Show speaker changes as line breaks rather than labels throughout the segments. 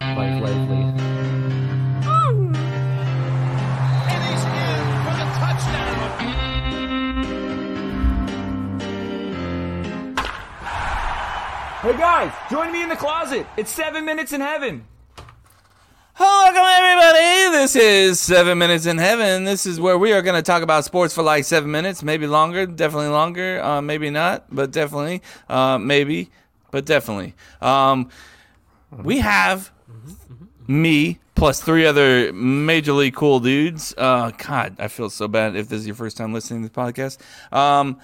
by Flavely.
And he's in for the touchdown.
Hey guys, join me in the closet. It's seven minutes in heaven.
Welcome everybody. This is Seven Minutes in Heaven. This is where we are going to talk about sports for like seven minutes, maybe longer, definitely longer, uh, maybe not, but definitely, uh, maybe, but definitely. Um, we have me plus three other major league cool dudes. Uh, God, I feel so bad if this is your first time listening to this podcast. Um,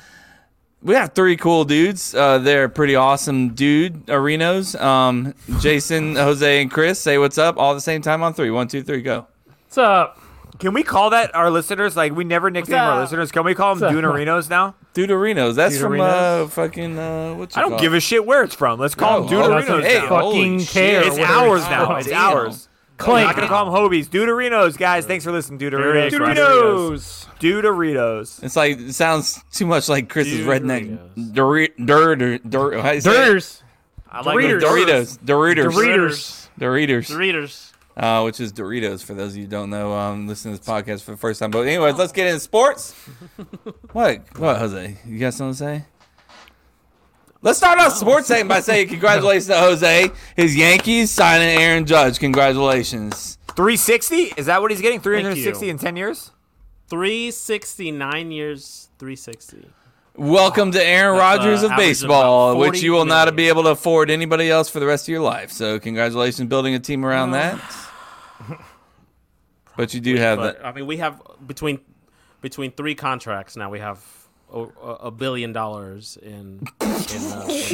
we have three cool dudes. Uh, they're pretty awesome dude arenos. Um, Jason, Jose, and Chris say what's up all at the same time on three. One, two, three, go.
What's up?
Can we call that our listeners? Like we never nickname
up?
our listeners. Can we call them
What's up?
Dunarinos now?
Dude arenos. That's from uh,
Duderinos?
fucking uh, what you
I don't give a shit where it's from. Let's call them
Oh,
Dude
oh,
Dunarinos
hey,
now.
holy
Fucking
shit.
care.
it's
whatever
ours
it's
now.
called.
It's
Oh, damn.
ours. I'm not
Clank.
gonna call them Hobies. Dudarinos, guys. Thanks for listening, Dudarinos. Dudarinos.
Doritos.
Dudarinos.
It's like it sounds too much like Chris's redneck Dori- Dur Dur Dur. how do you say it?
Durs.
I like
Doritos.
Doritos. Doritos.
Doritos.
Doritos.
Doritos.
uh, which is Doritos for those of you who don't know. Um, listen to this podcast for the first time. But anyways, let's get into sports. what? What, Jose? You got something to say? Let's start off sports segment by saying congratulations to Jose. His Yankees signing Aaron Judge. Congratulations.
360? Is that what he's getting? 360
you.
in 10 years?
360, nine years, 360.
Welcome to Aaron
That's, uh,
Rodgers of
average
baseball,
about
which you will
40
not
million.
be able to afford anybody else for the rest of your life. So congratulations building a team around that. But you do have
But
that.
I mean, we have between between three contracts now. We have a, a a billion dollars in. in uh, Jesus.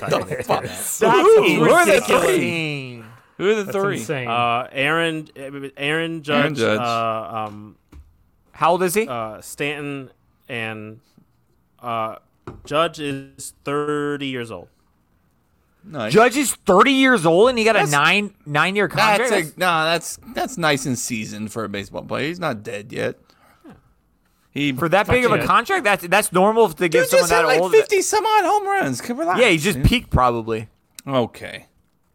who are the three?
Dang.
Who are the
That's
three?
insane.
Uh, Aaron, Aaron Judge,
Aaron Judge.
Uh, um,
How old is he?
uh, Stanton, and uh, Judge is thirty years old.
Nice.
Judge is 30 years old and he got a nine nine year contract.
That's a, no, that's that's nice and seasoned for a baseball player. He's not dead yet. He
for that big of a
Yeah.
contract, that's that's normal to give
Dude
someone
just
that
had like
old.
fifty some odd home runs. Come relax.
Yeah, he just
dude.
peaked probably.
okay.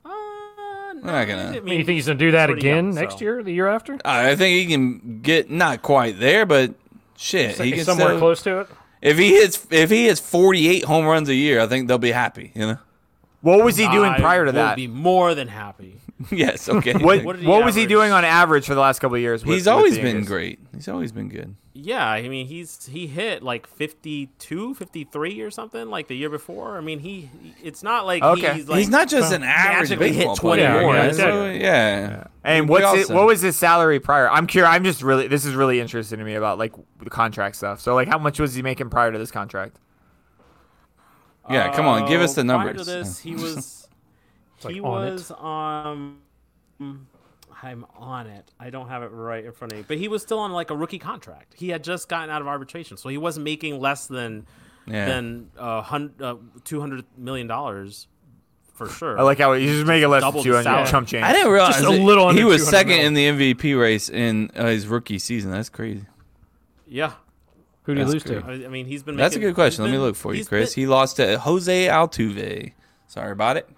We're not gonna.
I mean, you think he's gonna do that
pretty
again
young,
next
so.
year, the year after?
I think he can get not quite there, but shit, he can
Somewhere
still-
close to it.
If he hits if he hits forty eight home runs a year, I think they'll be happy. You know.
What was he doing
I
prior to
will
that?
Be more than happy.
yes. Okay.
What
What did he
what was he
average?
doing on average for the last couple of years? with-
He's
with
always
the
been
Yankees?
great. He's always been good.
Yeah, I mean he's he hit like 52, 53 or something like the year before. I mean he it's not like
Okay.
he's like
he's not just an average
magically hit
baseball
20
player.
more.
Yeah.
Yeah,
So,
exactly.
yeah.
And
Luke
what's it,
Wilson.
what was his salary prior? I'm curious. I'm just really this is really interesting to me about like the contract stuff. So like, how much was he making prior to this contract?
Yeah, come on, give us the
Uh, prior
numbers.
to this, he was he
on it.
was um I'm on it. I don't have it right in front of me, but he was still on like a rookie contract. He had just gotten out of arbitration, so he wasn't making less than
Yeah.
than uh, hun- uh, two hundred million dollars for sure.
I like how he's just making less than
Doubled
two
his
hundred
salary.
chump change.
I didn't realize
Just a
it-
little
he
under
was
200
second
mil.
in the MVP race in uh, his rookie season. That's crazy.
yeah.
Who do you
That's
lose
great.
to?
I I mean, he's been.
That's a
making-
good question. Let
he's
me
been-
look for you,
he's
Chris.
been-
He lost to Jose Altuve. Sorry about it.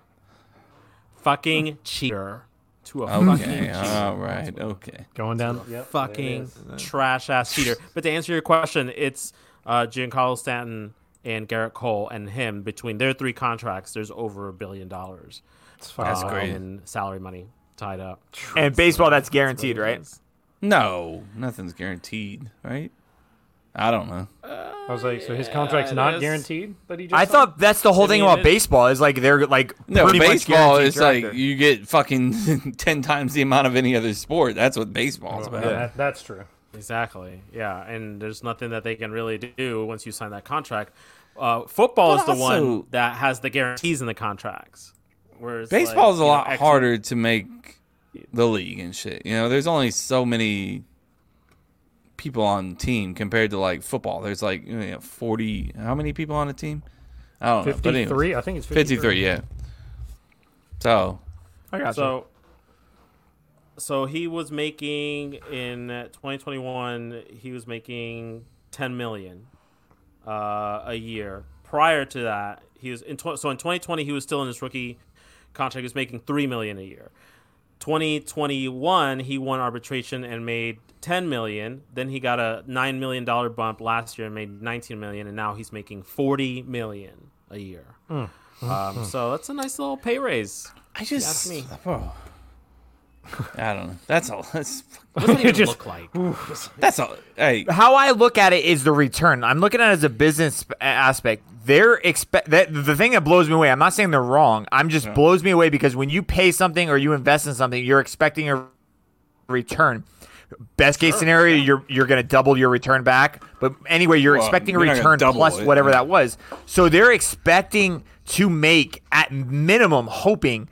fucking cheater to a
Okay. All right. Okay.
Going down.
fucking trash ass cheater. But to answer your question, it's uh, Giancarlo Stanton and Garrett Cole and him between their three contracts. There's over a billion dollars
That's
uh,
great.
in salary money tied up.
and baseball, that's guaranteed, right?
No, nothing's guaranteed, right? I don't know.
I was like, so his contract's not
is.
guaranteed. But he just
I
signed?
thought that's the whole
I
thing
mean,
about
it-
baseball is like they're like
No,
pretty
baseball
much guaranteed
is like
director.
you get fucking ten times the amount of any other sport. That's what
Oh,
baseball's about.
Yeah, that- that's true.
Exactly. Yeah, and there's nothing that they can really do once you sign that contract. Uh, football
But
is the one
also-
that has the guarantees in the contracts. Whereas like,
Baseball's
you
a
know,
lot
X-
harder to make the league and shit. You know, there's only so many people on team compared to like football. There's like you know, 40 how many people on a team? I don't know. But anyways,
Fifty-three. I think it's
53, yeah. So,
I gotcha.
So, so he was making in 2021. He was making 10 million uh, a year. Prior to that, he was in tw- so in 2020 he was still in his rookie contract. He was making three million a year. 2021 he won arbitration and made 10 million then he got a 9 million dollar bump last year and made 19 million and now he's making 40 million a year
Hmm.
um, so that's a nice little pay raise
I just,
ask me.
oh. I don't know. That's all. That's
what does it even look like
that's all. Hey,
how I look at it is the return. I'm looking at it as a business sp- aspect. They're expect that the thing that blows me away. I'm not saying they're wrong. I'm just blows me away because when you pay something or you invest in something, you're expecting a return. Best case scenario, you're you're gonna double your return back. But anyway, you're
Well,
expecting a
you're not gonna
return
double
plus
it,
whatever
yeah.
that was. So they're expecting to make at minimum, hoping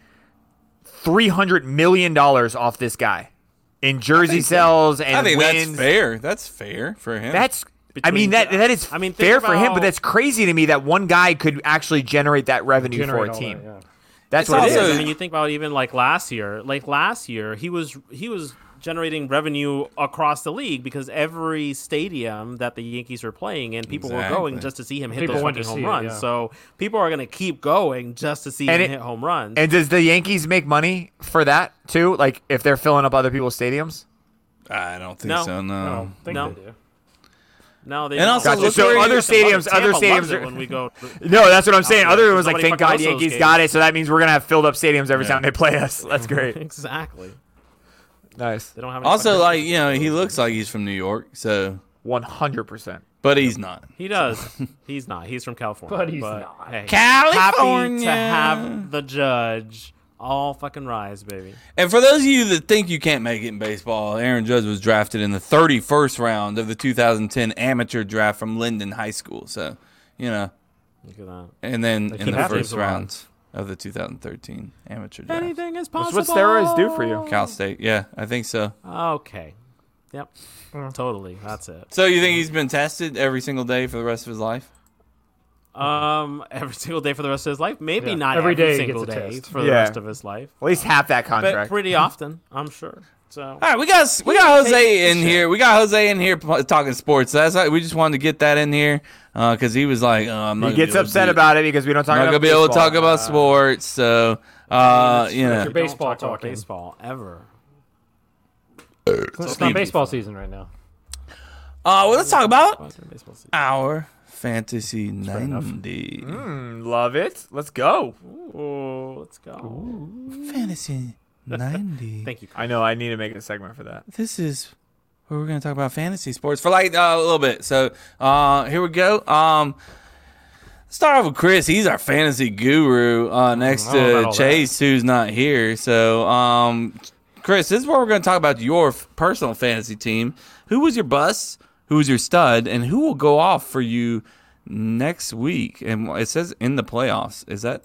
three hundred million dollars off this guy in jersey
think so.
sales and
I think that's
wins.
fair. That's fair for him.
That's I
Between
mean that
the-
that is
I mean, think
fair for him, but
about-
that's crazy to me that one guy could actually generate that revenue
Generate
for a
all
team.
that, yeah.
That's
It's
what
also-
it is.
I mean, you think about even like last year. Like last year, he was he was generating revenue across the league because every stadium that the Yankees were playing in, people were
Exactly.
going just to see him hit
People
those
went to
fucking home
see it,
runs.
yeah.
So people are going to keep going just to see
And
him
it-
hit home runs.
And does the Yankees make money for that too? Like if they're filling up other people's stadiums?
I don't think
No.
so.
I
No.
don't think
No.
they do.
no, they
And
don't.
also Gotcha. look
So where- other stadiums-
Tampa
other
loves
stadiums
it
are-
when we go.
No, that's what I'm saying.
yeah,
Other
because
was like,
nobody
thank
fucking
God
knows those
Yankees got it, so that means we're gonna have filled up stadiums every time they play us. That's great.
exactly.
nice.
They don't have any
Also,
fucking-
like you know, he looks like he's from New York, so
One hundred percent.
but he's not.
He does. he's not. He's from California.
But he's
not. Hey,
California.
Happy to have the judge all fucking rise, baby.
And for those of you that think you can't make it in baseball, Aaron Judge was drafted in the 31st round of the 2010 amateur draft from Linden High School. So, you know,
Look at that.
and then in
keep
the
athletes
first
alive.
round of the 2013 amateur draft.
Anything
That's
is possible.
what steroids do for you.
Cal State. Yeah, I think so.
Okay. Yep.
Mm.
Totally. That's it.
So you think he's been tested every single day for the rest of his life?
Um, every single day for the rest of his life. Maybe
Yeah.
not
Every
every,
day he
single
gets a
day
test.
for the
Yeah.
rest of his life,
At least half that
but
contract.
pretty
Mm-hmm.
often, I'm sure. So
All right, we got we got Jose in
shit.
here. We got Jose in here p- talking sports. That's like, we just wanted to get that in here because he was like, oh, I'm not
he
gonna be
gets
able to
upset
do-
about it because we don't talk
I'm not
about
gonna be able to
baseball.
talk about sports. So, uh, you know,
Your
We don't
baseball
talk about
talking.
baseball ever.
It's not baseball season right now.
Uh, well, let's talk about
It's baseball season.
our fantasy ninety.
Mm. Hmm, Love it. Let's go.
Ah.
Ooh, let's go.
Fantasy ninety.
Thank you. Chris.
I know. I need to make a segment for that.
this is where we're gonna talk about fantasy sports for like uh, a little bit. So, uh, here we go. Um. Start off with Chris. He's our fantasy guru uh, next
Mm-hmm. I don't know about
to
all that.
Chase, who's not here. So, um, Chris, this is where we're going to talk about your f- personal fantasy team. Who was your bus? Who was your stud? And who will go off for you next week? And it says in the playoffs. Is that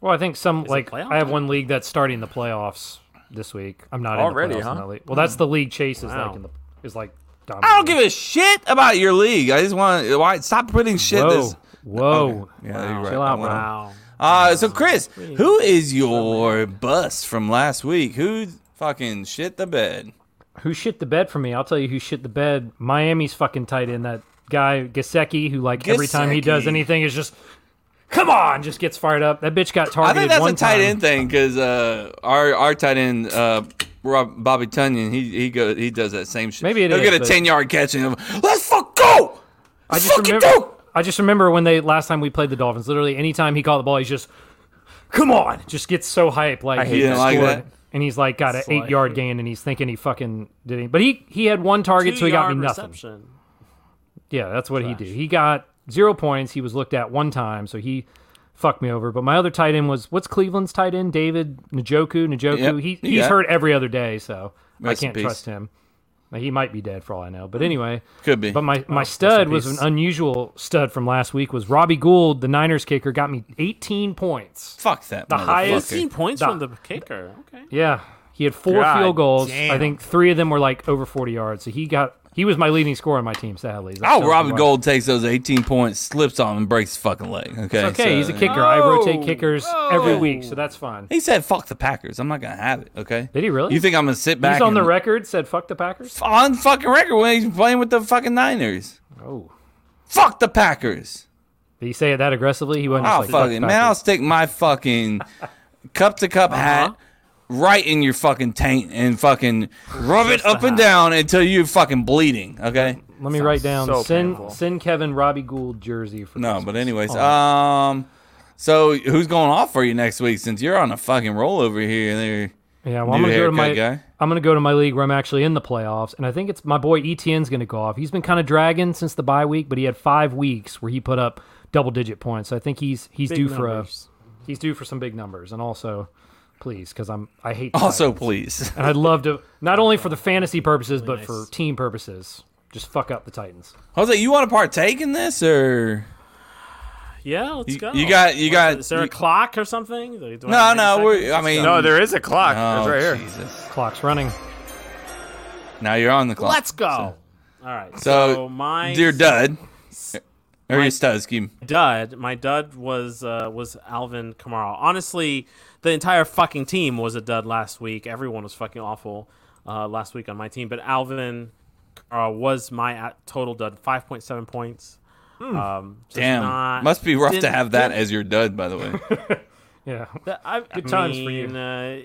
Well, I think some like
playoff
I have one league that's starting the playoffs this week. I'm not
Already,
in the playoffs in
huh?
that league. Well, that's the league Chase is
Wow.
like in the is like.
I don't give a shit about your league. I just want why stop putting shit.
Whoa,
This,
whoa!
yeah, you're right.
Chill out,
I wanna-
bro.
Wow.
Uh, so Chris, who is your bust from last week? Who fucking shit the bed?
Who shit the bed for me? I'll tell you who shit the bed. Miami's fucking tight end. That guy Gasecki, who like every time he does
Gesicki.
anything is just, come on, just gets fired up. That bitch got
I
targeted
think that's a
one
tight
time.
end thing because uh, our our tight end uh, Rob, Bobby Tunyon he he go he does that same shit.
Maybe it
he'll
is,
get a
but-
ten yard catch and he'll, let's fuck go.
I just
fucking
remember.
do.
I just remember when they last time we played the Dolphins. Literally, anytime he caught the ball, he's just, "Come on!" Just gets so hype. Like
I
he
hate
that. Like
scored,
that.
and he's like got an eight yard gain, and he's thinking he fucking did it. But he he had one target, so he got me
Two-yard
nothing.
reception.
Yeah, that's what he did. He got zero points. He was looked at one time, so he fucked me over. But my other tight end was what's Cleveland's tight end? David Njoku. Njoku.
Yep,
he
you
he's
got it.
hurt every other day, so
Rest
I
in
can't
peace.
trust him. He might be dead for all I know. But anyway.
Could be.
But my, my stud was an unusual stud from last week was Robbie Gould, the Niners kicker, got me 18 points.
fuck that.
The highest-
motherfucker.
15 points
Nah.
from the kicker. Okay.
Yeah. He had four
God
field goals. I
damn.
think three of them were like over 40 yards. So he got he was my leading scorer on my team, sadly. That
Oh,
tells
Robin
you why.
Gold takes those 18 points, slips on him, and breaks his fucking leg. Okay.
Okay,
so-
he's a kicker. I rotate
Oh!
Whoa,
kickers every week, so that's fine.
He said, "Fuck the Packers. I'm not gonna have it." Okay.
Did he really?
You think I'm gonna sit back?
He's on the
and-
record, said fuck the Packers.
on fucking record when he's playing with the fucking Niners.
Oh.
Fuck the Packers.
Did he say it that aggressively? He wasn't
Oh
just like, fuck the
fucking man, I'll
Packers.
Uh-huh.
stick my fucking cup to cup hat right in your fucking taint and fucking rub it up and down until you're fucking bleeding. Okay.
Let me write down
so
send
painful.
send Kevin Robbie Gould jersey for
No,
Christmas.
but anyways,
Oh.
um, so who's going off for you next week since you're on a fucking roll over here? There.
yeah, well, I'm
new
gonna go to my
haircut guy.
I'm gonna go to my league where I'm actually in the playoffs, and I think it's my boy Etn's gonna go off. He's been kind of dragging since the bye week, but he had five weeks where he put up double digit points. So I think he's he's due
numbers.
for a, he's due for some big numbers, and also please because I'm I hate the
Oh.
Also,
Titans.
please.
and I'd love to not only for the fantasy purposes but for
nice.
team purposes. Just fuck up the Titans.
Jose, you want to partake in this or
Yeah, let's
You-
go.
you got- you
What's
got-
it? Is there
you-
a clock or something? Do I have
no?
90
No, we're.
seconds?
I mean,
No, there is a clock.
Oh,
That's right here.
Jesus.
Clock's running.
Now you're on the clock.
Let's go. All right.
So,
So, my
dear Dud, or your stud, excuse me.
dud, my dud was uh, was Alvin Kamara. Honestly, the entire fucking team was a dud last week. Everyone was fucking awful uh, last week on my team, but Alvin Kamara was my a- total dud. Five point seven points. Um, just
Hmm. Damn,
not-
must be rough to
didn't-
have that as your dud. By the way,
Yeah.
I, Good
times for you.
Uh,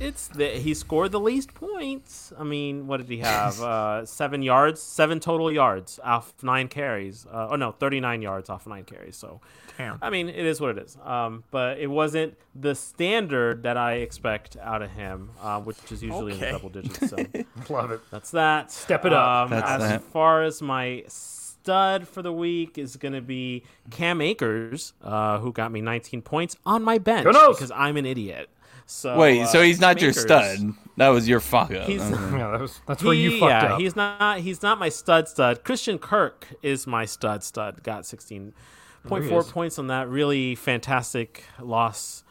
it's that he scored the least points. I mean, what did he have? uh, seven yards, seven total yards off nine carries. Uh, oh no, thirty-nine yards off nine carries. So,
Damn.
I mean, it is what it is. Um, but it wasn't the standard that I expect out of him, uh, which is usually in the
Okay.
double digits. So
Love it.
that's that. Step
it up.
Um,
That's
as
that.
far as my stud for the week is going to be Cam Akers, uh, who got me 19 points on my bench
Go Noles!
because I'm an idiot. So
wait,
uh,
so he's not your
Akers,
stud. That was your fuck up.
He's-
Okay.
Yeah, that was, that's
He,
where you fucked
yeah,
up.
he's not. He's not my stud. Stud. Christian Kirk is my stud. Stud got 16.4 points on that really fantastic loss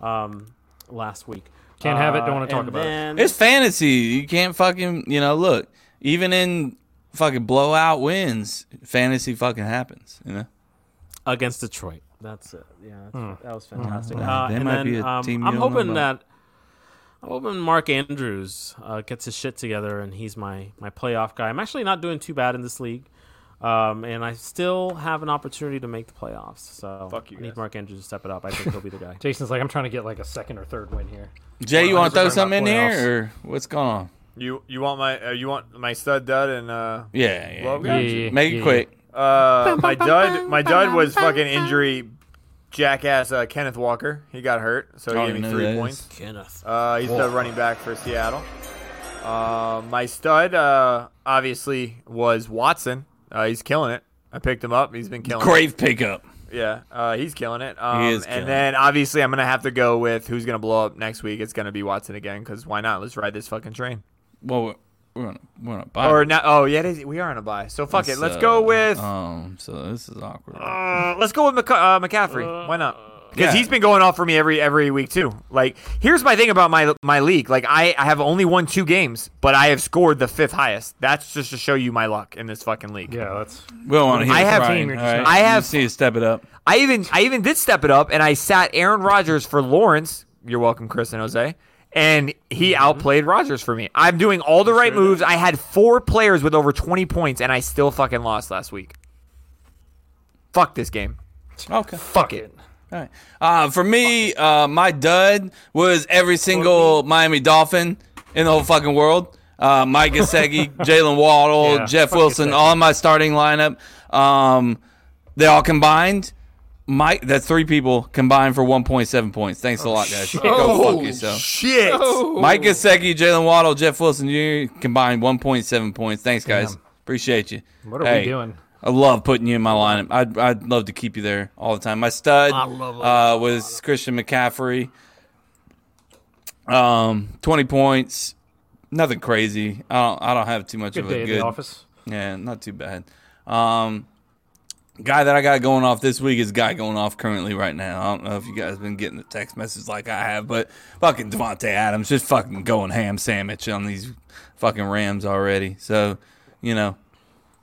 um, last week. Uh,
Can't have it, don't wanna talk
and
about it.
then-
It's fantasy. You can't fucking, you know, look, even in fucking blowout wins, fantasy fucking happens, you know?
against Detroit. Hmm. That's it. Yeah, that's, that was fantastic.
Wow,
Uh,
Hmm. they
and
might
then,
be a
um,
team you
I'm
don't know
hoping
about.
that I'm hoping Mark Andrews uh, gets his shit together, and he's my my playoff guy. I'm actually not doing too bad in this league, um, and I still have an opportunity to make the playoffs. So
Fuck you
I need
guys.
Mark Andrews to step it up. I think he'll be the guy.
Jason's like, I'm trying to get like a second or third win here.
Jay, you
Well,
want to throw
those are
something in
not playoffs.
here or what's going on?
You you want my uh, you want my stud dud and uh
Yeah, yeah.
Well,
yeah.
yeah,
Make it
yeah.
quick.
uh my dud my dud was fucking injury jackass uh, Kenneth Walker. He got hurt, so
I
he gave
don't know
me
who Oh, that
three
is. Oh.
points.
Kenneth.
Uh, he's the running back for Seattle. Uh, my stud uh obviously was Watson. Uh, he's killing it. I picked him up. He's been killing it.
Grave pickup.
Yeah, uh, he's killing it. Um,
is killing
and then obviously I'm gonna have to go with who's gonna blow up next week. It's gonna be Watson again because why not? Let's ride this fucking train.
Well, we're, we're on a, we're on a buy.
Or not? Oh yeah, it is, we are on a buy. So fuck it. Let's go
So,
with
Um, so this is awkward.
uh, let's go with McC- uh, McCaffrey. Why not? Because
yeah.
he's been going off for me every every week too. Like here's my thing about my my league. Like I, I have only won two games, but I have scored the fifth highest. That's just to show you my luck in this fucking league.
Yeah, that's
we don't want to hear
I
it,
have-
Brian,
You're
all
just
right?
not-
I
You
have-
see you step it up.
I even I even did step it up and I sat Aaron Rodgers for Lawrence. You're welcome, Chris and Jose. And he outplayed Rodgers for me. I'm doing all the right moves. I had four players with over 20 points and I still fucking lost last week. Fuck this game.
Okay.
Fuck it.
All right. Uh, for me, uh, my dud was every single Miami Dolphin in the whole fucking world. Uh, Mike Gesicki, Jalen Waddle,
Yeah,
Jeff
fuck
Wilson,
Gesicki.
all in my starting lineup. Um, they all combined. Mike, that's three people combined for 1.7 points. Thanks a lot, guys. Go fuck yourself.
Shit.
Mike Gesicki, Jalen Waddle, Jeff Wilson, you combined 1.7 points. Thanks, guys.
Damn.
Appreciate you.
what are we
Hey,
doing?
I love putting you in my lineup. I'd, I'd love to keep you there all the time. My stud uh, was Christian McCaffrey. Um, twenty points, nothing crazy. I don't I don't have too much
Good
of a
day at
good
the office.
yeah, not too bad. Um, guy that I got going off this week is a guy going off currently right now. I don't know if you guys been getting the text message like I have, but fucking Devonte Adams just fucking going ham sandwich on these fucking Rams already. So you know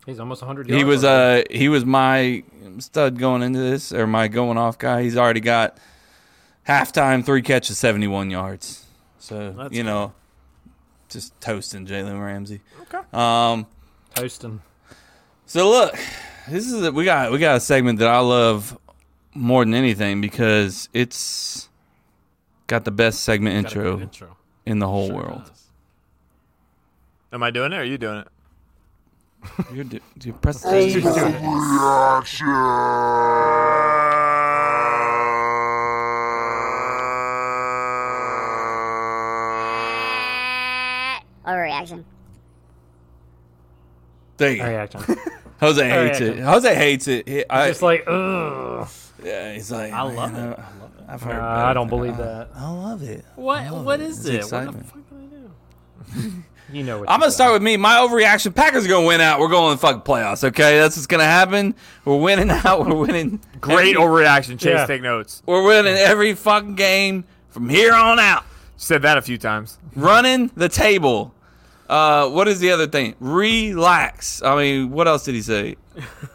He's almost 100.
he
yards
was
already.
uh he was my stud going into this or my going off guy. He's already got halftime three catches, seventy one yards. So
That's
you
good.
know, just toasting Jalen Ramsey. Okay. Um.
toasting.
So look, this is a, we got we got a segment that I love more than anything because it's Got the best segment
Gotta get an
intro
intro.
in the whole world.
Yes.
Am I doing it or are you doing it?
You're, do, you press the
Overreaction.
There you go.
reaction.
Jose hates it. Jose hates it. He, I,
Just like, ugh.
yeah, he's like,
I love
"Man,
it.
I love it. I've heard.
Uh,
better
I don't
things."
believe that.
I love it.
What?
Oh,
What is it? What the
excitement.
fuck did I do?
You know what?
I'm
you
gonna
got.
start with me. My overreaction. Packers are gonna win out. We're going to fuck playoffs. Okay, that's what's gonna happen. We're winning out. We're winning.
Great
Every,
overreaction. Chase,
Yeah.
take notes.
we're winning every fucking game from here on out.
Said that a few times.
Running the table. Uh, what is the other thing? Relax. I mean, what else did he say?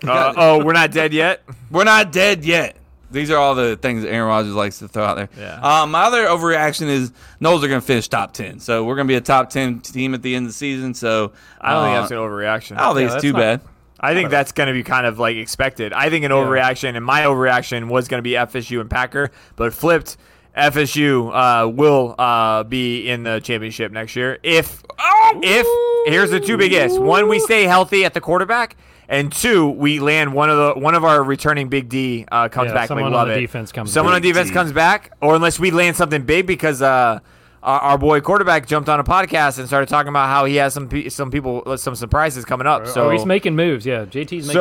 Uh, oh, we're not dead yet.
We're not dead yet. These are all the things that Aaron Rodgers likes to throw out there.
Yeah.
Um, my other overreaction is Knowles are going to finish top 10. So we're going to be a top 10 team at the end of the season. So
I don't think
uh,
that's an overreaction.
I don't think
Yeah,
it's too bad.
that's
I think that's going to be kind of like expected. I think an overreaction, and my overreaction was going to be FSU and Packer, but flipped. FSU uh, will uh, be in the championship next year if oh, if here's the two big ifs. One, we stay healthy at the quarterback, and two, we land one of the one of our returning big D uh, comes
Yeah,
back. We
someone on
love
the
it.
defense comes
Someone
back.
on defense comes back, or unless we land something big because uh, our, our boy quarterback jumped on a podcast and started talking about how he has some pe- some people some surprises coming up. So
oh, he's making moves. Yeah, JT's making moves.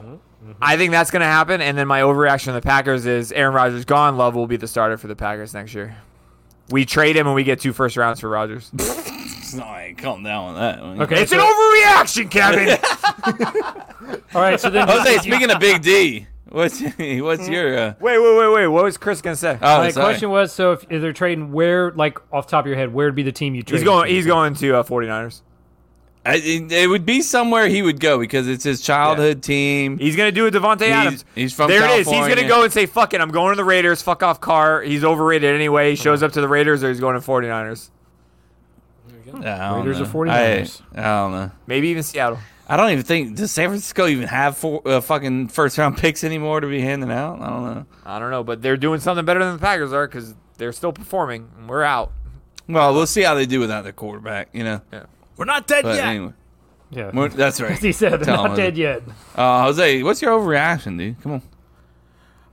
Mm-hmm.
so I think that's going to happen. And then my overreaction on the Packers is Aaron Rodgers gone. Love will be the starter for the Packers next year. We trade him and we get two first rounds for Rodgers.
It's not like calm down on that one.
Okay,
It's an
so-
overreaction, Kevin.
all right. So then,
Jose, speaking of Big D, what's, what's your. Uh,
wait, wait, wait, wait. What was Chris going to say?
oh,
my
sorry.
question was: so if, if they're trading, where, like off the top of your head, where would be the team you trade?
he's going. He's going to uh, 49ers.
I, it, it would be somewhere he would go because it's his childhood team.
He's going to do a Devontae Adams.
he's from
there it is. He's going to
California.
go and say, "Fuck it, I'm going to the Raiders. Fuck off, Carr. He's overrated anyway. He
Uh-huh.
shows up to the Raiders or he's going to 49ers.
Yeah, I don't
Raiders or
know.
49ers?
I, I don't know.
Maybe even Seattle.
I don't even think does San Francisco even have four, uh, fucking first round picks anymore to be handing out. I don't know.
I don't know, but they're doing something better than the Packers are because they're still performing. and We're out.
Well, we'll see how they do without their quarterback. You know,
We're not dead
but
yet.
anyway,
Yeah,
Mo- that's
he
right.
said they're
Tell
not
him, Jose.
dead yet.
Uh, Jose, what's your overreaction, dude? Come on.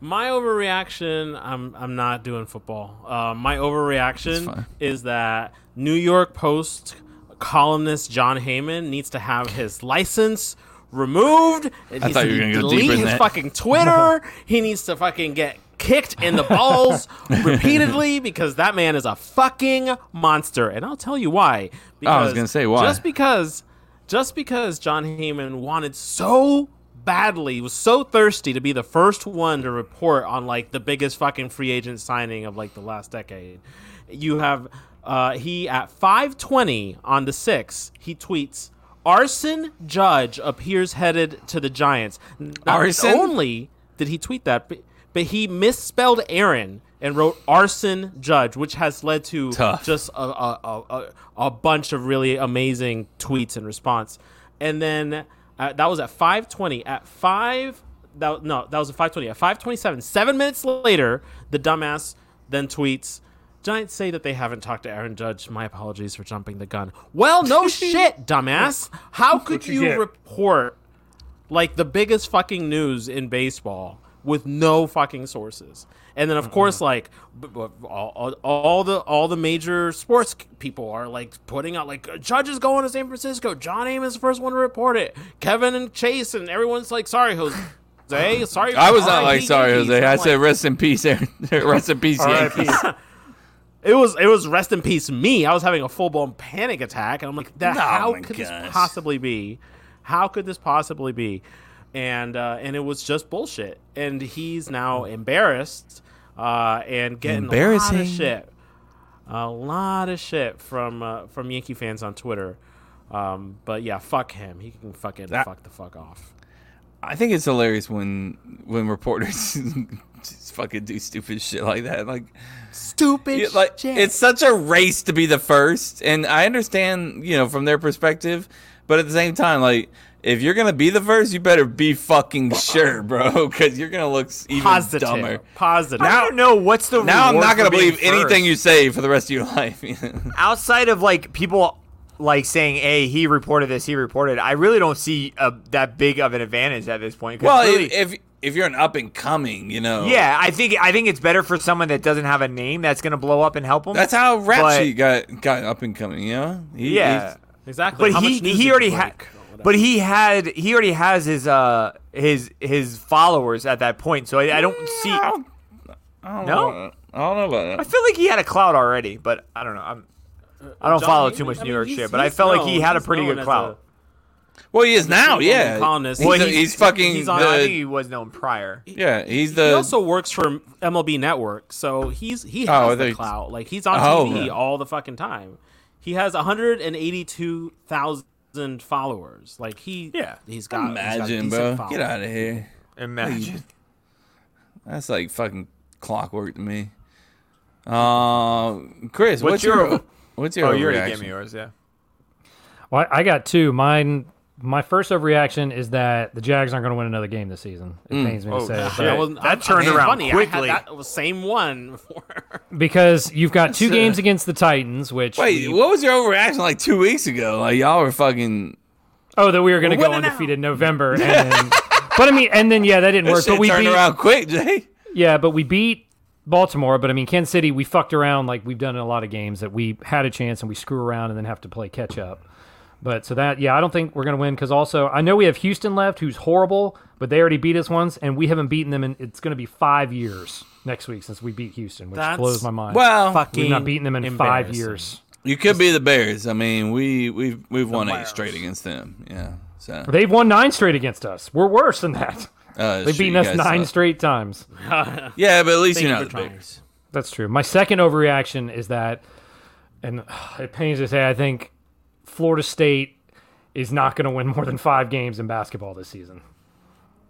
My overreaction, I'm I'm not doing football. Uh, my
That's
overreaction
fine.
is that New York Post columnist John Heyman needs to have his license removed. It needs
thought
to
you were gonna go
delete
deeper than
his
that.
fucking Twitter. he needs to fucking get kicked in the balls repeatedly because that man is a fucking monster. And I'll tell you why. Because
Oh, gonna say why.
Just because just because John Heyman wanted so badly, was so thirsty to be the first one to report on like the biggest fucking free agent signing of like the last decade. You have uh, he at 5:20 on the 6th, he tweets Arson Judge appears headed to the Giants. Not
Arson?
only did he tweet that, but, but he misspelled Aaron and wrote Arson Judge, which has led to
Tough.
just a, a, a, a, a bunch of really amazing tweets in response. And then uh, that was at 5:20. At five, that no, that was at 5:20. At 5:27, seven minutes later, the dumbass then tweets. Giants say that they haven't talked to Aaron Judge. My apologies for jumping the gun. Well, no shit, dumbass. How could
you
you
get.
report like the biggest fucking news in baseball with no fucking sources. And then of
Mm-hmm.
course like b- b- all, all, all the all the major sports c- people are like putting out like Judge is going to San Francisco. John Aim is the first one to report it. Kevin and Chase and everyone's like sorry Jose. Sorry.
I was not
RIP,
like sorry,
Yankees."
Jose.
I'm
I
like,
said rest in peace, Aaron. rest in peace, Yankees.
It was it was rest in peace me. I was having a full blown panic attack, and I'm like, that,
Oh
how
my
could
gosh.
this possibly be? How could this possibly be? And uh, and it was just bullshit. And he's now embarrassed uh, and getting a lot
Embarrassing.
of shit, a lot of shit from uh, from Yankee fans on Twitter. Um, but yeah, fuck him. He can fucking
That-
fuck the fuck off.
I think it's hilarious when when reporters just fucking do stupid shit like that. Like
Stupid
Yeah, like it's such a race to be the first and i understand you know from their perspective but at the same time like if you're gonna be the first, you better be fucking sure, bro, because you're gonna look s- even
Positive.
dumber.
Positive.
I don't know what's the
Now I'm
reward
not
for
gonna
being
believe anything
first.
you say for the rest of your life.
outside of like people like saying, "Hey, he reported this, he reported." I really don't see uh that big of an advantage at this point. 'cause
well,
really-
if, if if you're an up and coming, you know,
yeah, I think I think it's better for someone that doesn't have a name that's going to blow up and help him.
that's how
But-
Rapsheet got got up and coming. You know, He-
yeah,
he's-
Exactly.
but
How
he
much news did
he
you
already
break?
had,
Or whatever.
but he had he already has his uh his his followers at that point. So I, I don't see.
Mm, I
I
don't, I don't
No?
know about that. I don't know about that.
feel like he had a cloud already, but I don't know. I'm. I don't
John,
follow
he-
too much
I
New
mean,
York
he's-
shit, but I
he's
felt like he
known-
had a
he's
pretty
known
good
as
clout.
Well, he is now,
Cleveland
yeah.
colonist.
He's,
Well,
the-
he's-
he's fucking.
he's on-
the-
I think he was known prior.
yeah, he's
he
the.
also works for MLB Network, so he's he
Oh, I
has
thought
the
you-
clout. Like he's on
Oh,
TV
yeah.
all the fucking time. He has 182,000 followers. Like he
Yeah.
he's got
imagine,
he's
bro.
got
Get
decent followers.
out of here.
Imagine.
That's like fucking clockwork to me. Um, Chris, what's,
What's
your,
your-
what's your
Oh, you already
overreaction?
gave me yours, yeah.
Well, I I got two. Mine. My first overreaction is that the Jags aren't going to win another game this season. It
Mm.
pains me to say, it,
Oh, shit.
but-
I wasn't-
That
I'm-
turned
it's
around
funny.
quickly.
I had that same one before.
because you've got two
That's, uh,
games against the Titans, which
Wait,
we-
what was your overreaction like two weeks ago? Like y'all were fucking.
oh, that we were going to go
Winning out.
undefeated in November, and then, but I mean, and then yeah, that didn't work.
Shit
But we
turned
beat,
around quick, Jay.
yeah, but we beat Baltimore. But I mean, Kansas City, we fucked around like we've done in a lot of games that we had a chance and we screw around and then have to play catch up. But so that yeah, I don't think we're going to win because also I know we have Houston left, who's horrible, but they already beat us once, and we haven't beaten them, and it's going to be five years next week since we beat Houston, which
That's
blows my mind.
Well,
We've not beaten them in five years.
you could be the Bears. I mean, we we've we've won eight straight against them. Yeah, so
They've won nine straight against us. We're worse than that.
uh,
They've beaten us nine straight
straight.
times.
yeah, but at least you're not
Thank you
the
for trying.
Bears.
That's true. My second overreaction is that, and it pains me to say, I think Florida State is not going to win more than five games in basketball this season.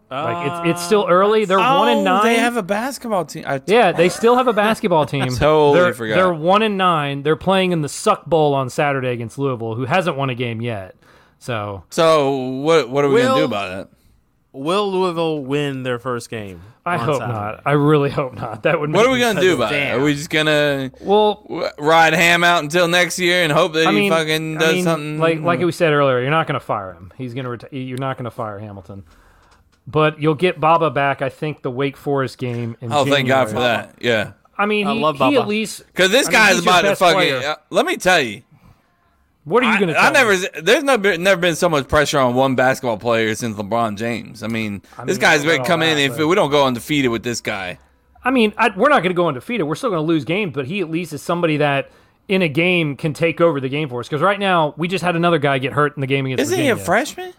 Like it's it's still early. They're one and nine.
Uh, Oh, They have a basketball team. I,
yeah, they still have a basketball team.
Totally
they're,
forgot.
They're one and nine. They're playing in the Suck Bowl on Saturday against Louisville, who hasn't won a game yet. So
So what what are we gonna do
Will-
about it?
Will Louisville win their first game?
I
on
hope
Saturday?
not. I really hope not. That would.
What
make
are we
me
gonna
sad.
do about
Damn.
it? Are we just gonna
Well,
w- ride ham out until next year and hope that he fucking does
I mean,
something?
Like like we said earlier, you're not going to fire him. He's going to retire. You're not going to fire Hamilton, but you'll get Baba back. I think the Wake Forest game. In
oh, thank God
January.
for that. Yeah,
I mean, he,
love
he
Baba.
at least.
because this
I mean,
guy's
he's your
about to
best
fucking.
player.
uh, let me tell you,
What are you
I,
going to?
I never. There's no, been- never been so much pressure on one basketball player since LeBron James. I mean,
mean,
this guy's
I
been
know
coming in.
that,
If
but-
we don't go undefeated with this guy,
I mean, I, we're not going to go undefeated. We're still going to lose games, but he at least is somebody that in a game can take over the game for us. Because right now, we just had another guy get hurt in the game against.
isn't he a
Virginia.
freshman?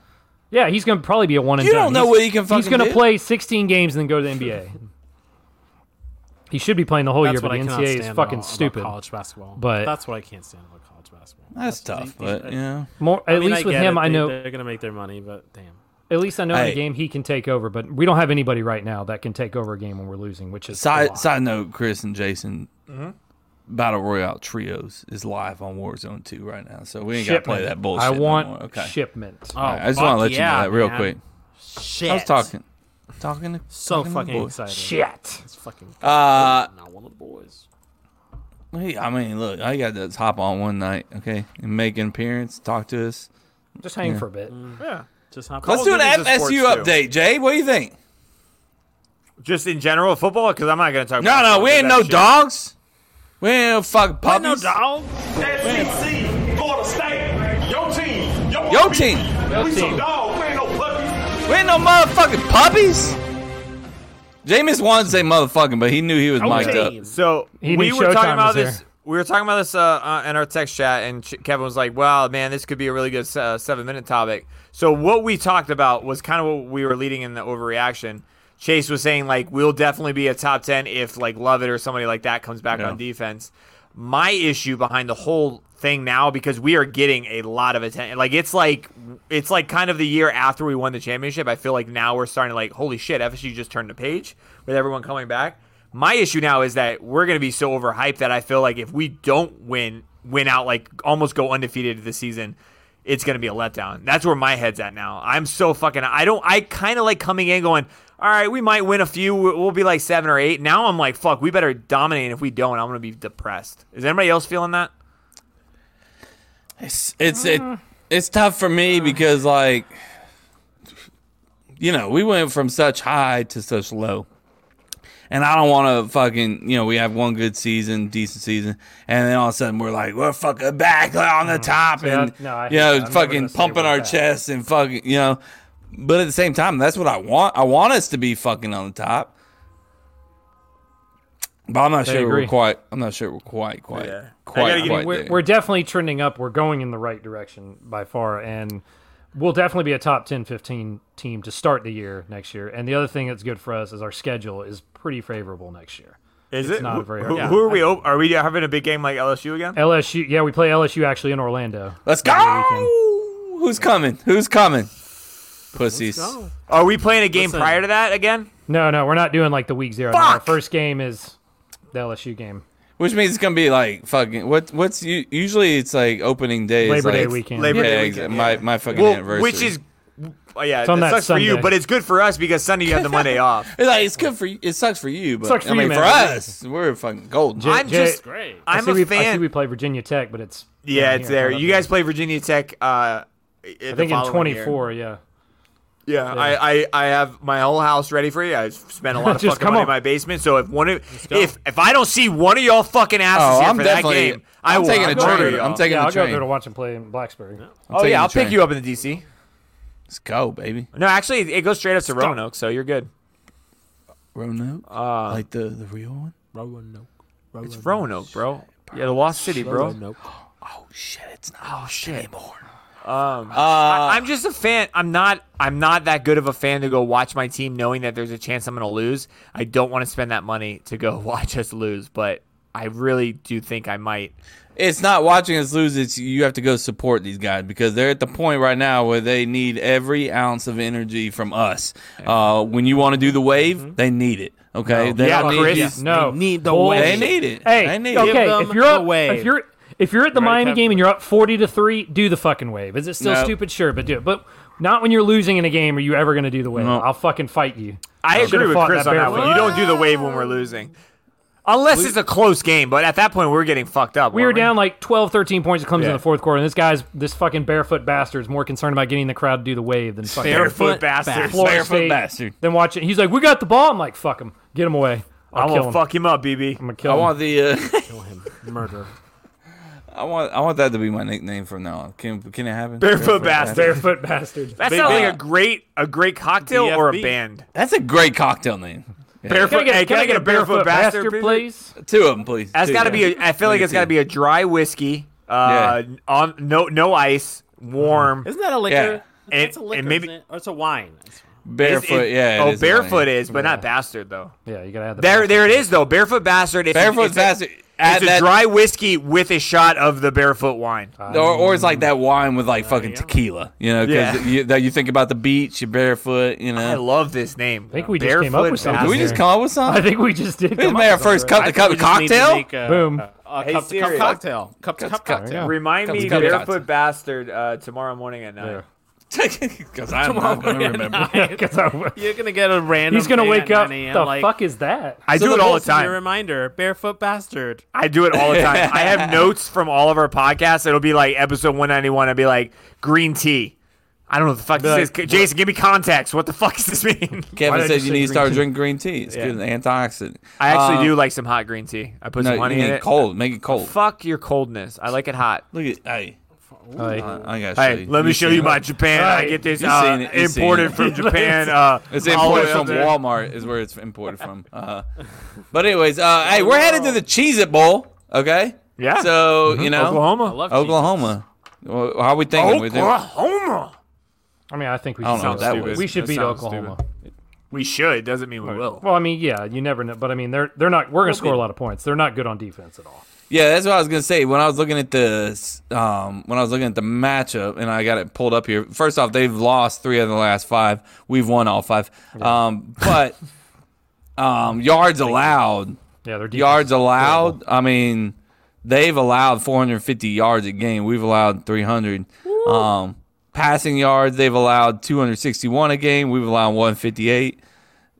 Yeah, he's going to probably be a one. and
You
done.
don't know
He's-
what he can
He's
fucking
gonna
do.
play 16 games and then go to the NBA. he should be playing the whole year,
That's what
but the
I cannot
NCAA
stand
is
about-
fucking
about
stupid.
College basketball,
But-
that's what I can't stand about college basketball.
That's tough, but you know.
More, at
I mean,
least
I
with
get
him,
it.
I
They-
know.
they're gonna make their money, but damn.
At least I know in
Hey.
a game he can take over, but we don't have anybody right now that can take over a game when we're losing, which is a
Side
lot.
side note: Chris and Jason, Battle Royale Trios is live on Warzone 2 right now, so we ain't got to play
Shipment.
that bullshit.
I
no
want
more. okay.
shipment.
Oh,
All right, I just want to
fuck
let
yeah,
you know that real
man.
quick.
Shit.
I was talking, talking to
So
talking to the
fucking
boy.
excited.
Shit.
It's fucking.
Uh,
not one of the boys.
hey, I mean, look, I got to hop on one night, okay, and make an appearance, talk to us.
Just hang for a bit.
Just hop.
Let's
on.
do an
Games is
FSU
sports, too.
update, Jay. What do you think?
Just in general football, because I'm not going to talk.
No,
about
no,
football,
we ain't
'cause
no
that shit-
dogs. We ain't no fucking puppies.
no dog.
SEC, Florida State, your team, your,
Yo team.
We some dogs, we ain't no puppies.
We ain't no motherfucking puppies. Jameis wanted to say motherfucking, but he knew he was mic'd up.
James.
So
He
we
knew
were talking
Showtime
about
was
this.
there.
We were talking about this uh, uh, in our text chat, and Ch- Kevin was like, "Wow, man, this could be a really good uh, seven-minute topic." So what we talked about was kind of what we were leading in the overreaction. Chase was saying like, "We'll definitely be a top ten if like Lovett or somebody like that comes back
Yeah.
on defense." My issue behind the whole thing now because we are getting a lot of attention. Like it's like it's like kind of the year after we won the championship. I feel like now we're starting to like, holy shit, FSU just turned the page with everyone coming back. My issue now is that we're going to be so overhyped that I feel like if we don't win, win out, like almost go undefeated this season, it's going to be a letdown. That's where my head's at now. I'm so fucking. I don't. I kind of like coming in going, all right, we might win a few. We'll we'll be like seven or eight. Now I'm like, fuck, we better dominate. and If we don't, I'm going to be depressed. Is anybody else feeling that?
It's it's it,
Ah.
it's tough for me because like you know, we went from such high to such low. And I don't want to fucking, you know, we have one good season, decent season, and then all of a sudden we're like, we're fucking back on the top and,
no, Mm. I hate
you
that.
know,
I'm never
fucking
gonna say
pumping
we're
our
back.
chests and fucking, you know. But at the same time, that's what I want. I want us to be fucking on the top. But I'm not sure
agree.
we're quite, I'm not sure we're quite, quite,
I gotta
quite,
get-
quite
we're,
there.
we're definitely trending up. We're going in the right direction by far, and we'll definitely be a top 10, 15 team to start the year next year. And the other thing that's good for us is our schedule is pretty favorable next year.
Is
It's
it?
not
Who-
very
who,
hard.
who are we? op- Are we having a big game like LSU again?
LSU, yeah, we play LSU actually in Orlando.
Let's go. Who's coming? Who's coming? Pussies.
go.
Are we playing a game
Listen.
prior to that again?
No, no, we're not doing like the week zero. No, our
Fuck!
first game is the LSU game,
Which means it's gonna be like fucking. What? What's u- usually it's like opening day. is
Labor
like-
Day weekend.
Labor
Yeah,
Day
exa-
weekend.
my
yeah.
my fucking
Well,
anniversary.
which is, oh yeah,
on that
that sucks for you,
Sunday.
but it's good for us because Sunday you have the Monday off.
It's like it's good for you. It sucks for you, but
Sucks
I
for
mean
you,
for
man.
us, we're fucking golden.
I'm
Jay-
just,
Great.
I
I'm
see
a
we, I see
fan.
we play Virginia Tech, but it's
yeah,
down
it's
here,
there.
not up
You
here.
guys play Virginia Tech.
I
Uh,
think in 24, yeah.
Yeah, I, I, I have my whole house ready for you. I spent a lot of
Just
fucking
come
money in
on.
my basement. So if one of if if I don't see one of y'all fucking asses
Oh,
here
I'm
for that
definitely-
game, I
I'm
will
taking a
murder
train.
y'all.
I'm taking
Yeah,
the
I'll go
train.
up there to watch them play in Blacksburg.
I'm
oh
taking
yeah,
the
I'll pick
train.
you up in the DC.
Let's go, baby.
No, actually, it goes straight up to Roanoke, so you're good.
Roanoke,
Uh,
like the the real one.
Roanoke.
It's Roanoke, bro. Yeah, the Lost City, bro.
Roanoke.
Oh shit, it's not. Oh shit anymore.
I, I'm just a fan. I'm not. I'm not that good of a fan to go watch my team, knowing that there's a chance I'm going to lose. I don't want to spend that money to go watch us lose, but I really do think I might.
It's not watching us lose. It's you have to go support these guys because they're at the point right now where they need every ounce of energy from us. Uh, when you want to do the wave, they need it. Okay,
Mm-hmm.
they
Yeah,
don't need
Chris.
you-
Yes.
No,
They need the
Bullshit.
They need it.
Hey,
they need it.
okay,
them
if you're up,
the wave.
if you're if you're at the
Right,
Miami
Kevin?
game and you're up forty to three, do the fucking wave. Is it still
No.
stupid? Sure, but do it. But not when you're losing in a game. Are you ever going to do the wave? I'll fucking fight you.
I
Should've
agree with
fought
Chris
that
on that
barefoot.
one. You don't do the wave when we're losing, unless it's a close game. But at that point, we're getting fucked up.
We were
weren't
down like 12, 13 points at Clemson
Yeah.
in the fourth quarter, and this guy's this fucking barefoot bastard's more concerned about getting the crowd to do the wave than fucking
barefoot bastards.
Florida
barefoot
State,
bastard.
Then watch it. He's like, "We got the ball." I'm like, "Fuck him, get him away." I'll
I'm
kill
gonna
him.
fuck him up, BB.
I'm gonna
I
kill him.
want the. Uh,
Murder.
I want. I want that to be my nickname from now on. Can Can it happen?
Barefoot bastard.
Barefoot bastard.
That sounds
big-
like a great a great cocktail or a
BFB.
band.
That's a great cocktail name.
Barefoot. hey, can I get a barefoot bastard, please?
please?
Two of them, please.
That's
Two,
got to
yeah.
be. A, I feel like
Maybe
it's got to
two.
be a dry whiskey. Uh, on no no ice, warm.
Isn't that a liquor?
Yeah.
It's a
And-
liquor,
and maybe-
isn't it? or it's a wine.
It's-
barefoot.
it-
yeah. it
Oh,
is a
barefoot
name.
is, but not bastard though.
Yeah, you gotta have the
There,
bastard.
there it is though. Barefoot bastard. It's
Barefoot
it's
bastard.
A,
Add
it's a
that-
dry whiskey with a shot of the barefoot wine.
Uh,
Or, or it's like that wine with like fucking tequila, you know?
Yeah.
Because you, that you think about the beach, you're barefoot, you
I
know.
love this name. I
think we just came up with something.
Did we just come up with
I
something?
think we just did.
We
come up
made our
with
first
something,
cup to cup cocktail.
right? Boom.
A
Hey,
cup to cup
Siri.
cocktail. Cup to cup cocktail.
Yeah.
Remind
Comes-
me,
comes-
barefoot bastard, uh, tomorrow morning at nine.
Yeah.
Because I'm not gonna remember.
'Cause I-
You're gonna get a random.
He's gonna
thing
wake
at
up.
9 a.m.,
The
like,
fuck is that?
I
So
do it all the
pulse is Your
time.
reminder, barefoot bastard.
I do it all the time. I have notes from all of our podcasts. It'll be like episode 191. I'll be like, green tea. I don't know what the fuck this is. Jason, give me context. What the fuck does this mean?
Why
Kevin
did I
said
just say
you need to
green
start
tea?
drinking green tea. It's good antioxidant.
I actually
Um,
do like some hot green tea. I put
No,
some
you
honey
need
in it. Oh,
cold. Make it cold.
Fuck your coldness. I like it hot.
Look at hey.
Like,
I gotta show
Hey,
you.
let me
You've
show
seen
you
it.
my Japan. I
Hey,
get this
you've
uh,
seen it, you've seen
imported
it.
from Japan. Uh,
It's
all
imported from
over there.
Walmart, is where it's imported from. Uh, but anyways, uh, hey, we're headed to the Cheez It Bowl. Okay.
Yeah. Mm-hmm.
So you know
Oklahoma.
Love
Oklahoma. Well, How we thinking? We think-
Oklahoma.
I mean, I think we
I don't
should.
know what that
stupid.
was.
We should
That
beat
sounds
Oklahoma.
We should. Doesn't mean we will.
Well, I mean, yeah, you never know, but I mean, they're they're not. We're gonna score a lot of points. They're not good on defense at all.
Yeah, that's what I was gonna say. When I was looking at the um, when I was looking at the matchup, and I got it pulled up here. First off, they've lost three of the last five. We've won all five. Um, but um, yards allowed,
Yeah, they're
yards allowed. I mean, they've allowed 450 yards a game. We've allowed 300. Um, passing yards, they've allowed 261 a game. We've allowed 158.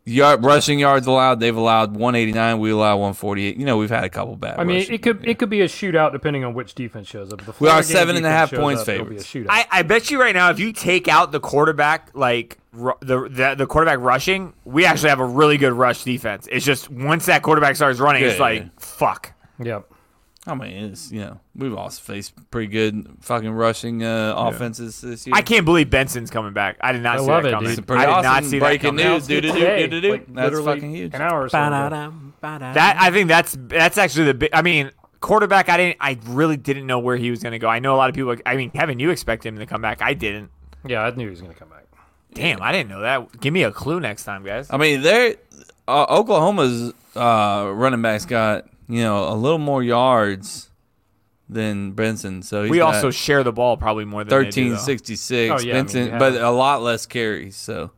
Yard rushing yards allowed, they've allowed 189. We allow 148. You know, we've had a couple bad.
I mean,
rushing.
it could it could be a shootout depending on which defense shows up. If the
We are
Florida game
seven and a
defense
half
shows
points
up, it'll be a
favorites.
shootout.
I, I bet you right now, if you take out the quarterback, like ru- the, the the quarterback rushing, we actually have a really good rush defense. It's just once that quarterback starts running, it's
Yeah, yeah,
like
yeah.
fuck.
yep.
I mean, it's you know, we've all faced pretty good fucking rushing uh, offenses this year.
I can't believe Benson's coming back. I did not
I
see
love
that
it,
coming.
dude.
Pretty
I did
awesome
not see
breaking
that coming.
news, dude.
Today,
do, do, do.
like,
That's
literally
fucking huge.
An hour or so. ago.
Ba-da-dum, ba-da-dum.
That I think that's that's actually the big. I mean, quarterback. I didn't. I really didn't know where he was going to go. I know a lot of people. I mean, Kevin, you expect him to come back. I didn't.
Yeah, I knew he was going to come back.
Damn, I didn't know that. Give me a clue next time, guys.
I mean, they're uh, Oklahoma's uh, running backs got you know a little more yards than Benson, so he's
we
got
also share the ball probably more than they do,
thirteen
though.
sixty six.
Oh, yeah, I mean,
Benson,
yeah.
but a lot less carries. So,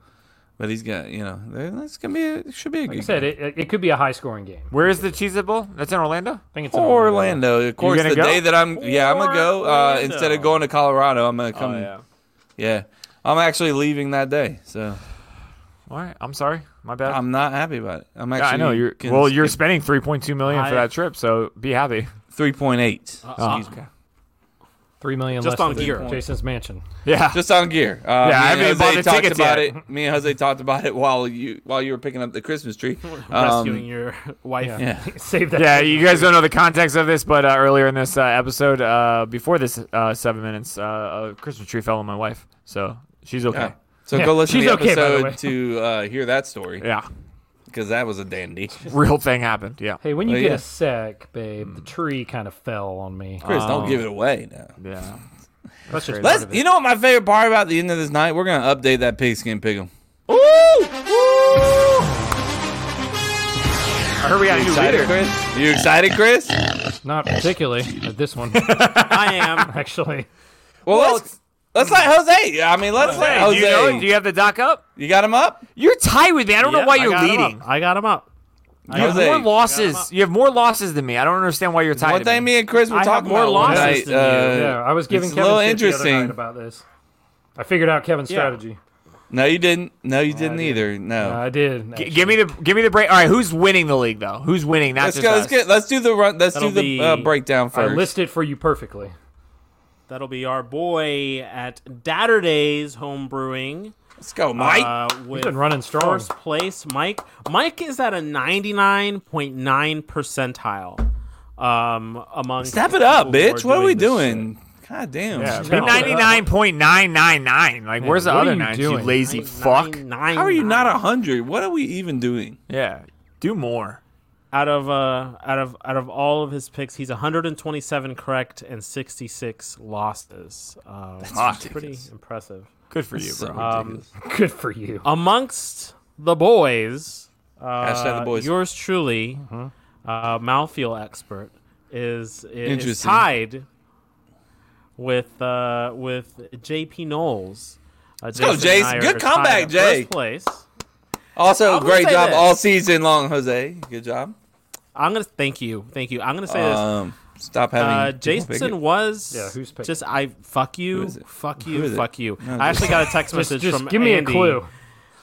but he's got you know they're- that's gonna be a, it should be a
Like I
good
said,
game.
it, it, it could be a high scoring game.
Where is the Cheez It Bowl? That's in Orlando.
I think it's in
Orlando, of course.
gonna
The
go?
day that I'm, yeah, I'm gonna go. Uh,
Orlando.
instead of going to Colorado, I'm gonna
Oh,
come.
Oh,
yeah. I'm actually leaving that day, so
All right. I'm sorry. My bad.
I'm not happy about it. I'm
Yeah,
actually.
I know you're.
can
Well,
skip
you're spending 3.2 million
I-
for that trip, so be happy.
three point eight.
Uh-uh.
Excuse me.
Three million
Just
less
on
than
gear.
Jason's mansion.
Yeah.
Just on gear. Uh, yeah,
I
I
haven't even
mean,
bought
Jose
the
talked
tickets
about
yet.
it. Me and Jose talked about it while you while you were picking up the Christmas tree.
rescuing
Um,
your wife.
Yeah.
yeah.
Save that.
yeah, you guys don't know the context of this, but uh, earlier in this uh, episode, uh, before this uh, seven minutes, uh, a Christmas tree fell on my wife, so she's okay.
Yeah. So go listen
She's
to the
okay, by the
episode
way.
to uh, hear that story
Yeah,
because that was a dandy.
real thing happened. Yeah,
Hey, when you
Well,
get
yeah.
a sec, babe, the tree kind of fell on me.
Chris, don't give it away now.
yeah.
That's just part
Um, Let's.
of it.
You know what my favorite part about the end of this night? We're gonna update that pigskin pick'em.
I heard we got a new
Excited,
leader.
Chris? You excited, Chris?
Not particularly at this one,
I am.
actually.
Well, let's let's let Jose. I mean, let's let
Hey, do
Jose.
you know? it? Do you have the doc up?
You got him up.
You're tied with me. I don't know
Yeah,
why
I
you're
got 'em up.
leading.
I got him up. I
You
got
have
'em up.
Jose.
more losses.
Got 'em up.
You have more losses than me. I don't understand why you're tied.
One
to
thing me and Chris were
I have
talking
more
about last
losses
night.
than you.
Yeah, I was giving
Uh, a
Kevin
little
shit the other
interesting.
night about this. I figured out Kevin's
Yeah.
strategy.
No, you didn't. No, you didn't either. No.
I did.
G- give me the give me the break. All right, who's winning the league though? Who's winning? That's
let's go. Let's get. Let's do the run. Let's
That'll
do the
be-
uh, breakdown
I
first.
listed for you perfectly.
That'll be our boy at Datterdays Home Brewing.
Let's go, Mike.
Uh, with
been running strong.
First place, Mike. Mike is at a 99.9 percentile. Um, among
Snap it up,
people who
bitch. What are we
doing
doing?
this
God damn.
ninety nine point nine nine nine. Like, where's the
what are
other
you
nine? You
doing?
lazy
shit.
fuck.
99.9.
How are you not a hundred? What are we even doing?
Yeah, do more.
out of uh out of out of all of his picks? He's 127 correct and 66 losses. Um, That's pretty
ridiculous.
impressive.
Good for you,
So
bro.
um,
ridiculous.
Good for you.
amongst the boys,
Hashtag
uh,
the boys. Mm-hmm.
yours truly, uh, Malfield expert is is,
Interesting.
tied with uh, with JP Knowles. Uh, Let's
go, Jason. Good comeback, Jay.
First place.
Also,
I will
great
say
job
this.
all season long, Jose. Good job.
I'm gonna thank you, thank you. I'm gonna say this.
Um, stop having.
Uh,
people pick it.
Jason was
Yeah, who's picking?
just I fuck you,
is it?
fuck
Who
you,
is it?
fuck you.
No,
I actually
just-
got a
Just,
text message
just
from
give me
Andy.
a clue.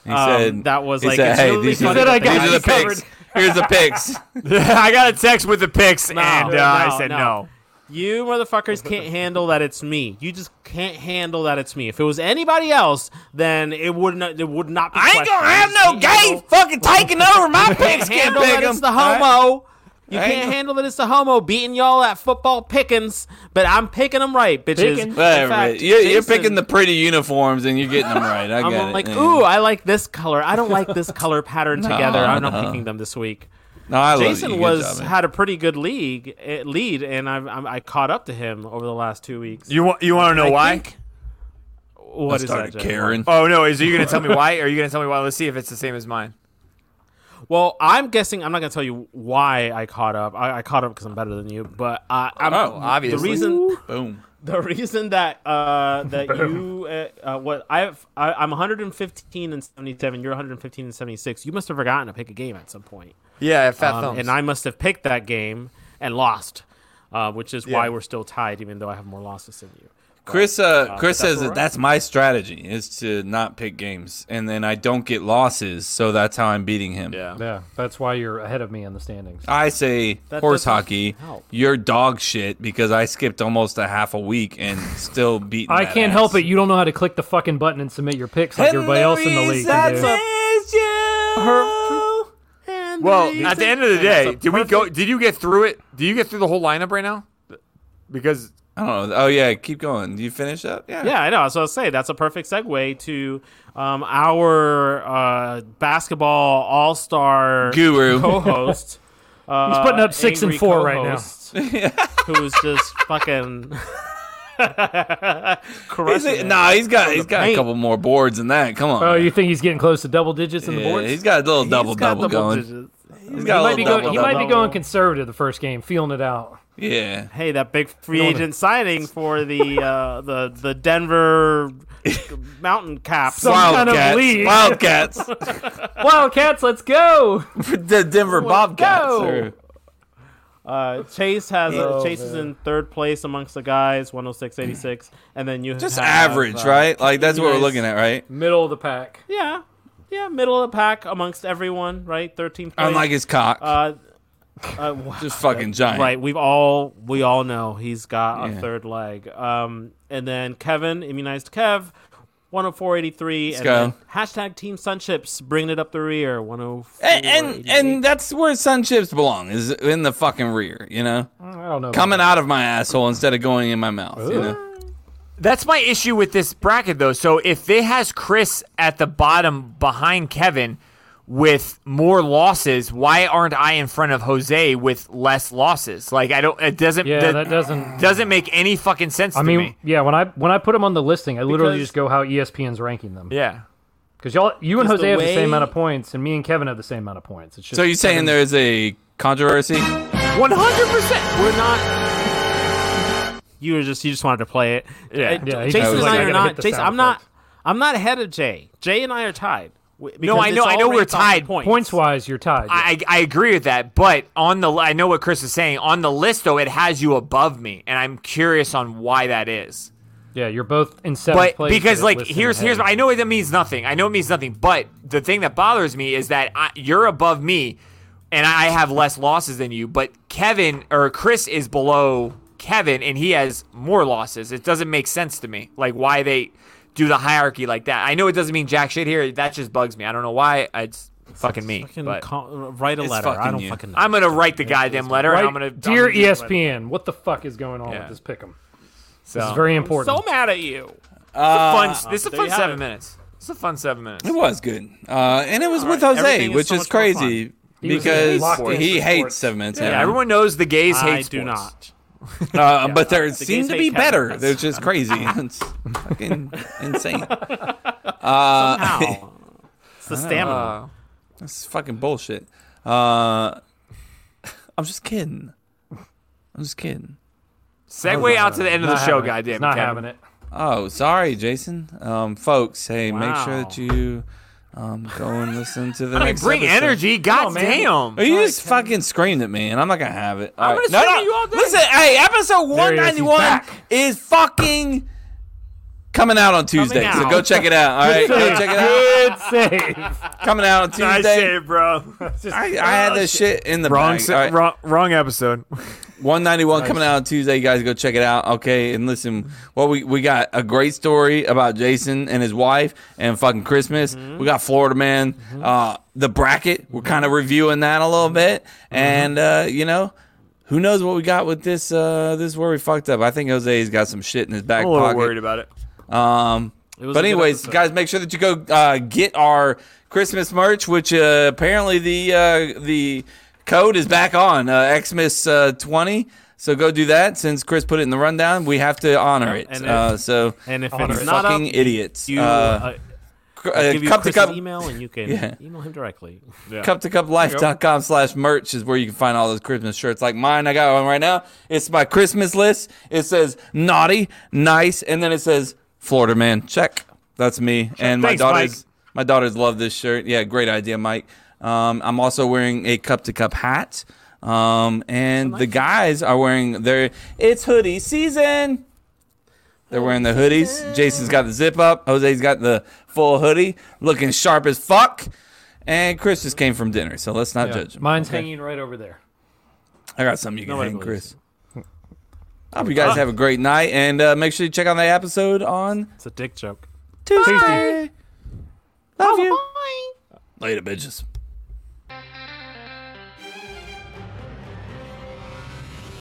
He
um, that was
he
like,
said,
it's
hey,
really
these
funny
are,
that I got
these are
you
the picks. Here's the picks.
I got a text with the picks, and uh,
no,
I said
no.
no.
You motherfuckers can't handle that it's me. You just can't handle that it's me. If it was anybody else, then it would not. It would not be.
I ain't gonna have no gay fucking taking over my picks.
You
Can't
can't handle
pick
that
'em.
it's the
All right?
homo. You
I ain't
can't
no-
handle that it's the homo beating y'all at football pickings. But I'm picking them right, bitches.
Pickings?
Whatever.
In fact,
you're, you're
Jason-
picking the pretty uniforms and you're getting them right. I got
I'm
it.
like,
yeah.
ooh, I like this color. I don't like this color pattern together. I'm not
no.
picking them this week.
No, I love you.
Jason
Good
was
job, man.
had a pretty good league eh, lead, and I've, I'm, I caught up to him over the last two weeks.
You want you want to know
I
why?
think- What is
Started
that, Jay?
Karen.
Oh no, is are you gonna tell me why? Are you gonna tell me why? Let's see if it's the same as mine.
Well, I'm guessing I'm not going to tell you why I caught up. I, I caught up because I'm better than you, but I, I'm,
Oh, obviously.
the reason
Oh,
Boom.
the reason that uh, that you uh, uh, what I've, I I'm 115 and 77. You're 115 and 76. You must have forgotten to pick a game at some point,
Yeah, fat
um,
thumbs.
and I must have picked that game and lost, uh, which is why we're still tied, even though I have more losses than you.
Chris, uh, Chris
that's
says
all
that
right.
that's my strategy is to not pick games, and then I don't get losses, so that's how I'm beating him.
Yeah.
Yeah, that's why you're ahead of me in the standings.
I say
That
horse
doesn't
hockey.
help.
You're dog shit because I skipped almost a half a week and still beating.
I
that
can't
ass.
help it. You don't know how to click the fucking button and submit your picks like everybody else in the league. can do.
Well, at the end of the day, did we go? Did you get through it? Did you get through the whole lineup right now? Because
I don't know. Oh yeah, keep going. You finish up? Yeah.
Yeah, I know. So I was saying that's a perfect segue to um, our uh, basketball all star
Guru.
co-host. Uh, He's
putting up six and four right now.
who's just fucking.
He's
crushing it.
nah, he's got he's got a
paint.
couple more boards than that. Come on.
Oh, you think he's getting close to double digits in the
yeah,
boards?
he's got a little double
He's got
double going.
digits.
He's got
he
a
might, be
little
going,
double
he might
double.
be going conservative the first game, feeling it out.
Yeah.
Hey, that big free
Going to-
agent signing for the uh, the the Denver Mountain Caps.
Some kind of
Wildcats.
league.
Wildcats.
Wildcats, let's go!
the Denver Bobcats.
go.
or-
Uh, Chase has
Oh,
a, Chase is in third place amongst the guys, one hundred six eighty six, and then you
Just
have,
average,
uh,
right? Like that's what we're looking at, right?
Middle of the pack.
Yeah, yeah, middle of the pack amongst everyone, right? Thirteenth. place.
Unlike his cock,
uh, uh, wow.
just fucking giant.
right. We've all we all know he's got
Yeah.
a third leg. Um, and then Kevin immunized Kev. 104.83 and
go.
then hashtag team sunships bringing it up the rear 104
And, and and that's where sun chips belong is in the fucking rear, you know,
I don't know.
coming out of my asshole instead of going in my mouth. You know,
that's my issue with this bracket, though. So if they has Chris at the bottom behind Kevin with more losses, why aren't I in front of Jose with less losses? Like I don't. It doesn't.
Yeah,
that,
that doesn't.
doesn't make any fucking sense.
I
to
mean,
me.
yeah. When I when I put them on the listing, I literally
Because-
just go how E ESPN's ranking them.
yeah.
Because y'all, you and
Because
Jose
the
have the
way-
same amount of points, and me and Kevin have the same amount of points. It's just
so you're saying there is a controversy?
One hundred percent.
We're not. You were just you just wanted to play it. Yeah,
Yeah, he
Jason
was
and
like,
I
I
are
gotta
not.
hit the
Jason,
sound
I'm not.
effect.
I'm not ahead of Jay. Jay and I are tied. w- because
I
it's
know- I
all
know we're
ranked off of
tied.
Points.
points wise, you're tied.
I, I agree with that, but on the I know what Chris is saying. On the list, though, it has you above me, and I'm curious on why that is.
yeah, you're both in seventh
But
place.
because
it's
like
listed
here's
ahead.
here's I know it means nothing. I know it means nothing. But the thing that bothers me is that I, you're above me, and I have less losses than you. But Kevin or Chris is below Kevin, and he has more losses. It doesn't make sense to me. Like why they do the hierarchy like that. I know it doesn't mean jack shit here. That just bugs me. I don't know why. It's fucking me.
Fucking
but-
co- write a
It's
letter. I
fucking
don't
you.
fucking know.
I'm gonna write the goddamn letter.
Right?
And I'm gonna
Dear E
I'm gonna do it.
ESPN, what the fuck is going on
Yeah. Uh,
with this pick'em?
So,
It's very important.
so mad at you.
fun. This is a
Ah, there
fun
you have
seven
it.
minutes. It's a fun seven minutes.
It was good, uh, and it was with Jose,
Everything is
which
so
is
much more
crazy
was
because
locked in
he
for
hates
sports.
seven minutes.
Yeah,
Yeah,
everyone knows the gays hate
I
sports.
do not.
uh, but there
the
seem
gays
to
hate
be
Kevin.
better.
That's-
They're just crazy. it's fucking insane.
How? It's the stamina.
Uh,
It's fucking bullshit. Uh, I'm just kidding. I'm just kidding.
segue out to the end of the
Not
show,
having it.
goddamn.
Not
Kevin.
having it.
Oh, sorry, Jason. Um, folks, hey, make sure
Wow.
that you um, go and listen to the
I mean,
next
bring
episode.
energy, goddamn.
Oh, you just fucking screamed at me, and I'm not gonna have it. All
I'm
right.
gonna scream at you all day.
Listen, hey,
he
episode
is. He's
191
back.
is fucking coming out on Tuesday, so
out.
go check it out. All right, go check it out.
Good save.
Coming out on Tuesday.
bro.
I, I had this shit in the
wrong,
bag.
se-
All right.
wrong, wrong episode.
191 coming out on Tuesday. You guys go check it out. Okay. And listen, well, we, we got a great story about Jason and his wife and fucking Christmas.
Mm-hmm.
We got Florida Man, uh, the bracket. We're kind of reviewing that a little bit.
Mm-hmm.
And, uh, you know, who knows what we got with this? Uh, this is where we fucked up. I think Jose's got some shit in his back
I'm a little
pocket.
worried about it.
Um,
was
but
a good
anyways,
episode.
guys, make sure that you go uh, get our Christmas merch, which uh, apparently the uh, the code is back on uh, Xmas uh, twenty. So go do that. Since Chris put it in the rundown, we have to honor it.
And if-
uh, so
and if
you
it's not
fucking
up,
idiots.
you
uh,
uh,
cr-
I'll
uh,
give you
cup to
Chris's
cup.
email and you can
Yeah.
email him directly.
Cup to cuplife.com slash merch is where you can find all those Christmas shirts like mine. I got one right now. It's my Christmas list. It says naughty, nice, and then it says Florida man. Check. That's me. And my
Thanks,
daughters my daughters love this shirt. Yeah, great idea, Mike. Um, I'm also wearing a cup to cup hat. Um, and the guys are wearing their it's hoodie season. They're wearing the hoodies. Jason's got the zip up. Jose's got the full hoodie, looking sharp as fuck. And Chris just came from dinner, so let's not
Yeah.
judge him.
Mine's hanging right over there.
I got something you can
Nobody
hang,
believes
Chris. I hope you guys have a great night, and uh, make sure you check out that episode on
It's a dick joke.
Tuesday. Love you. Later, bitches.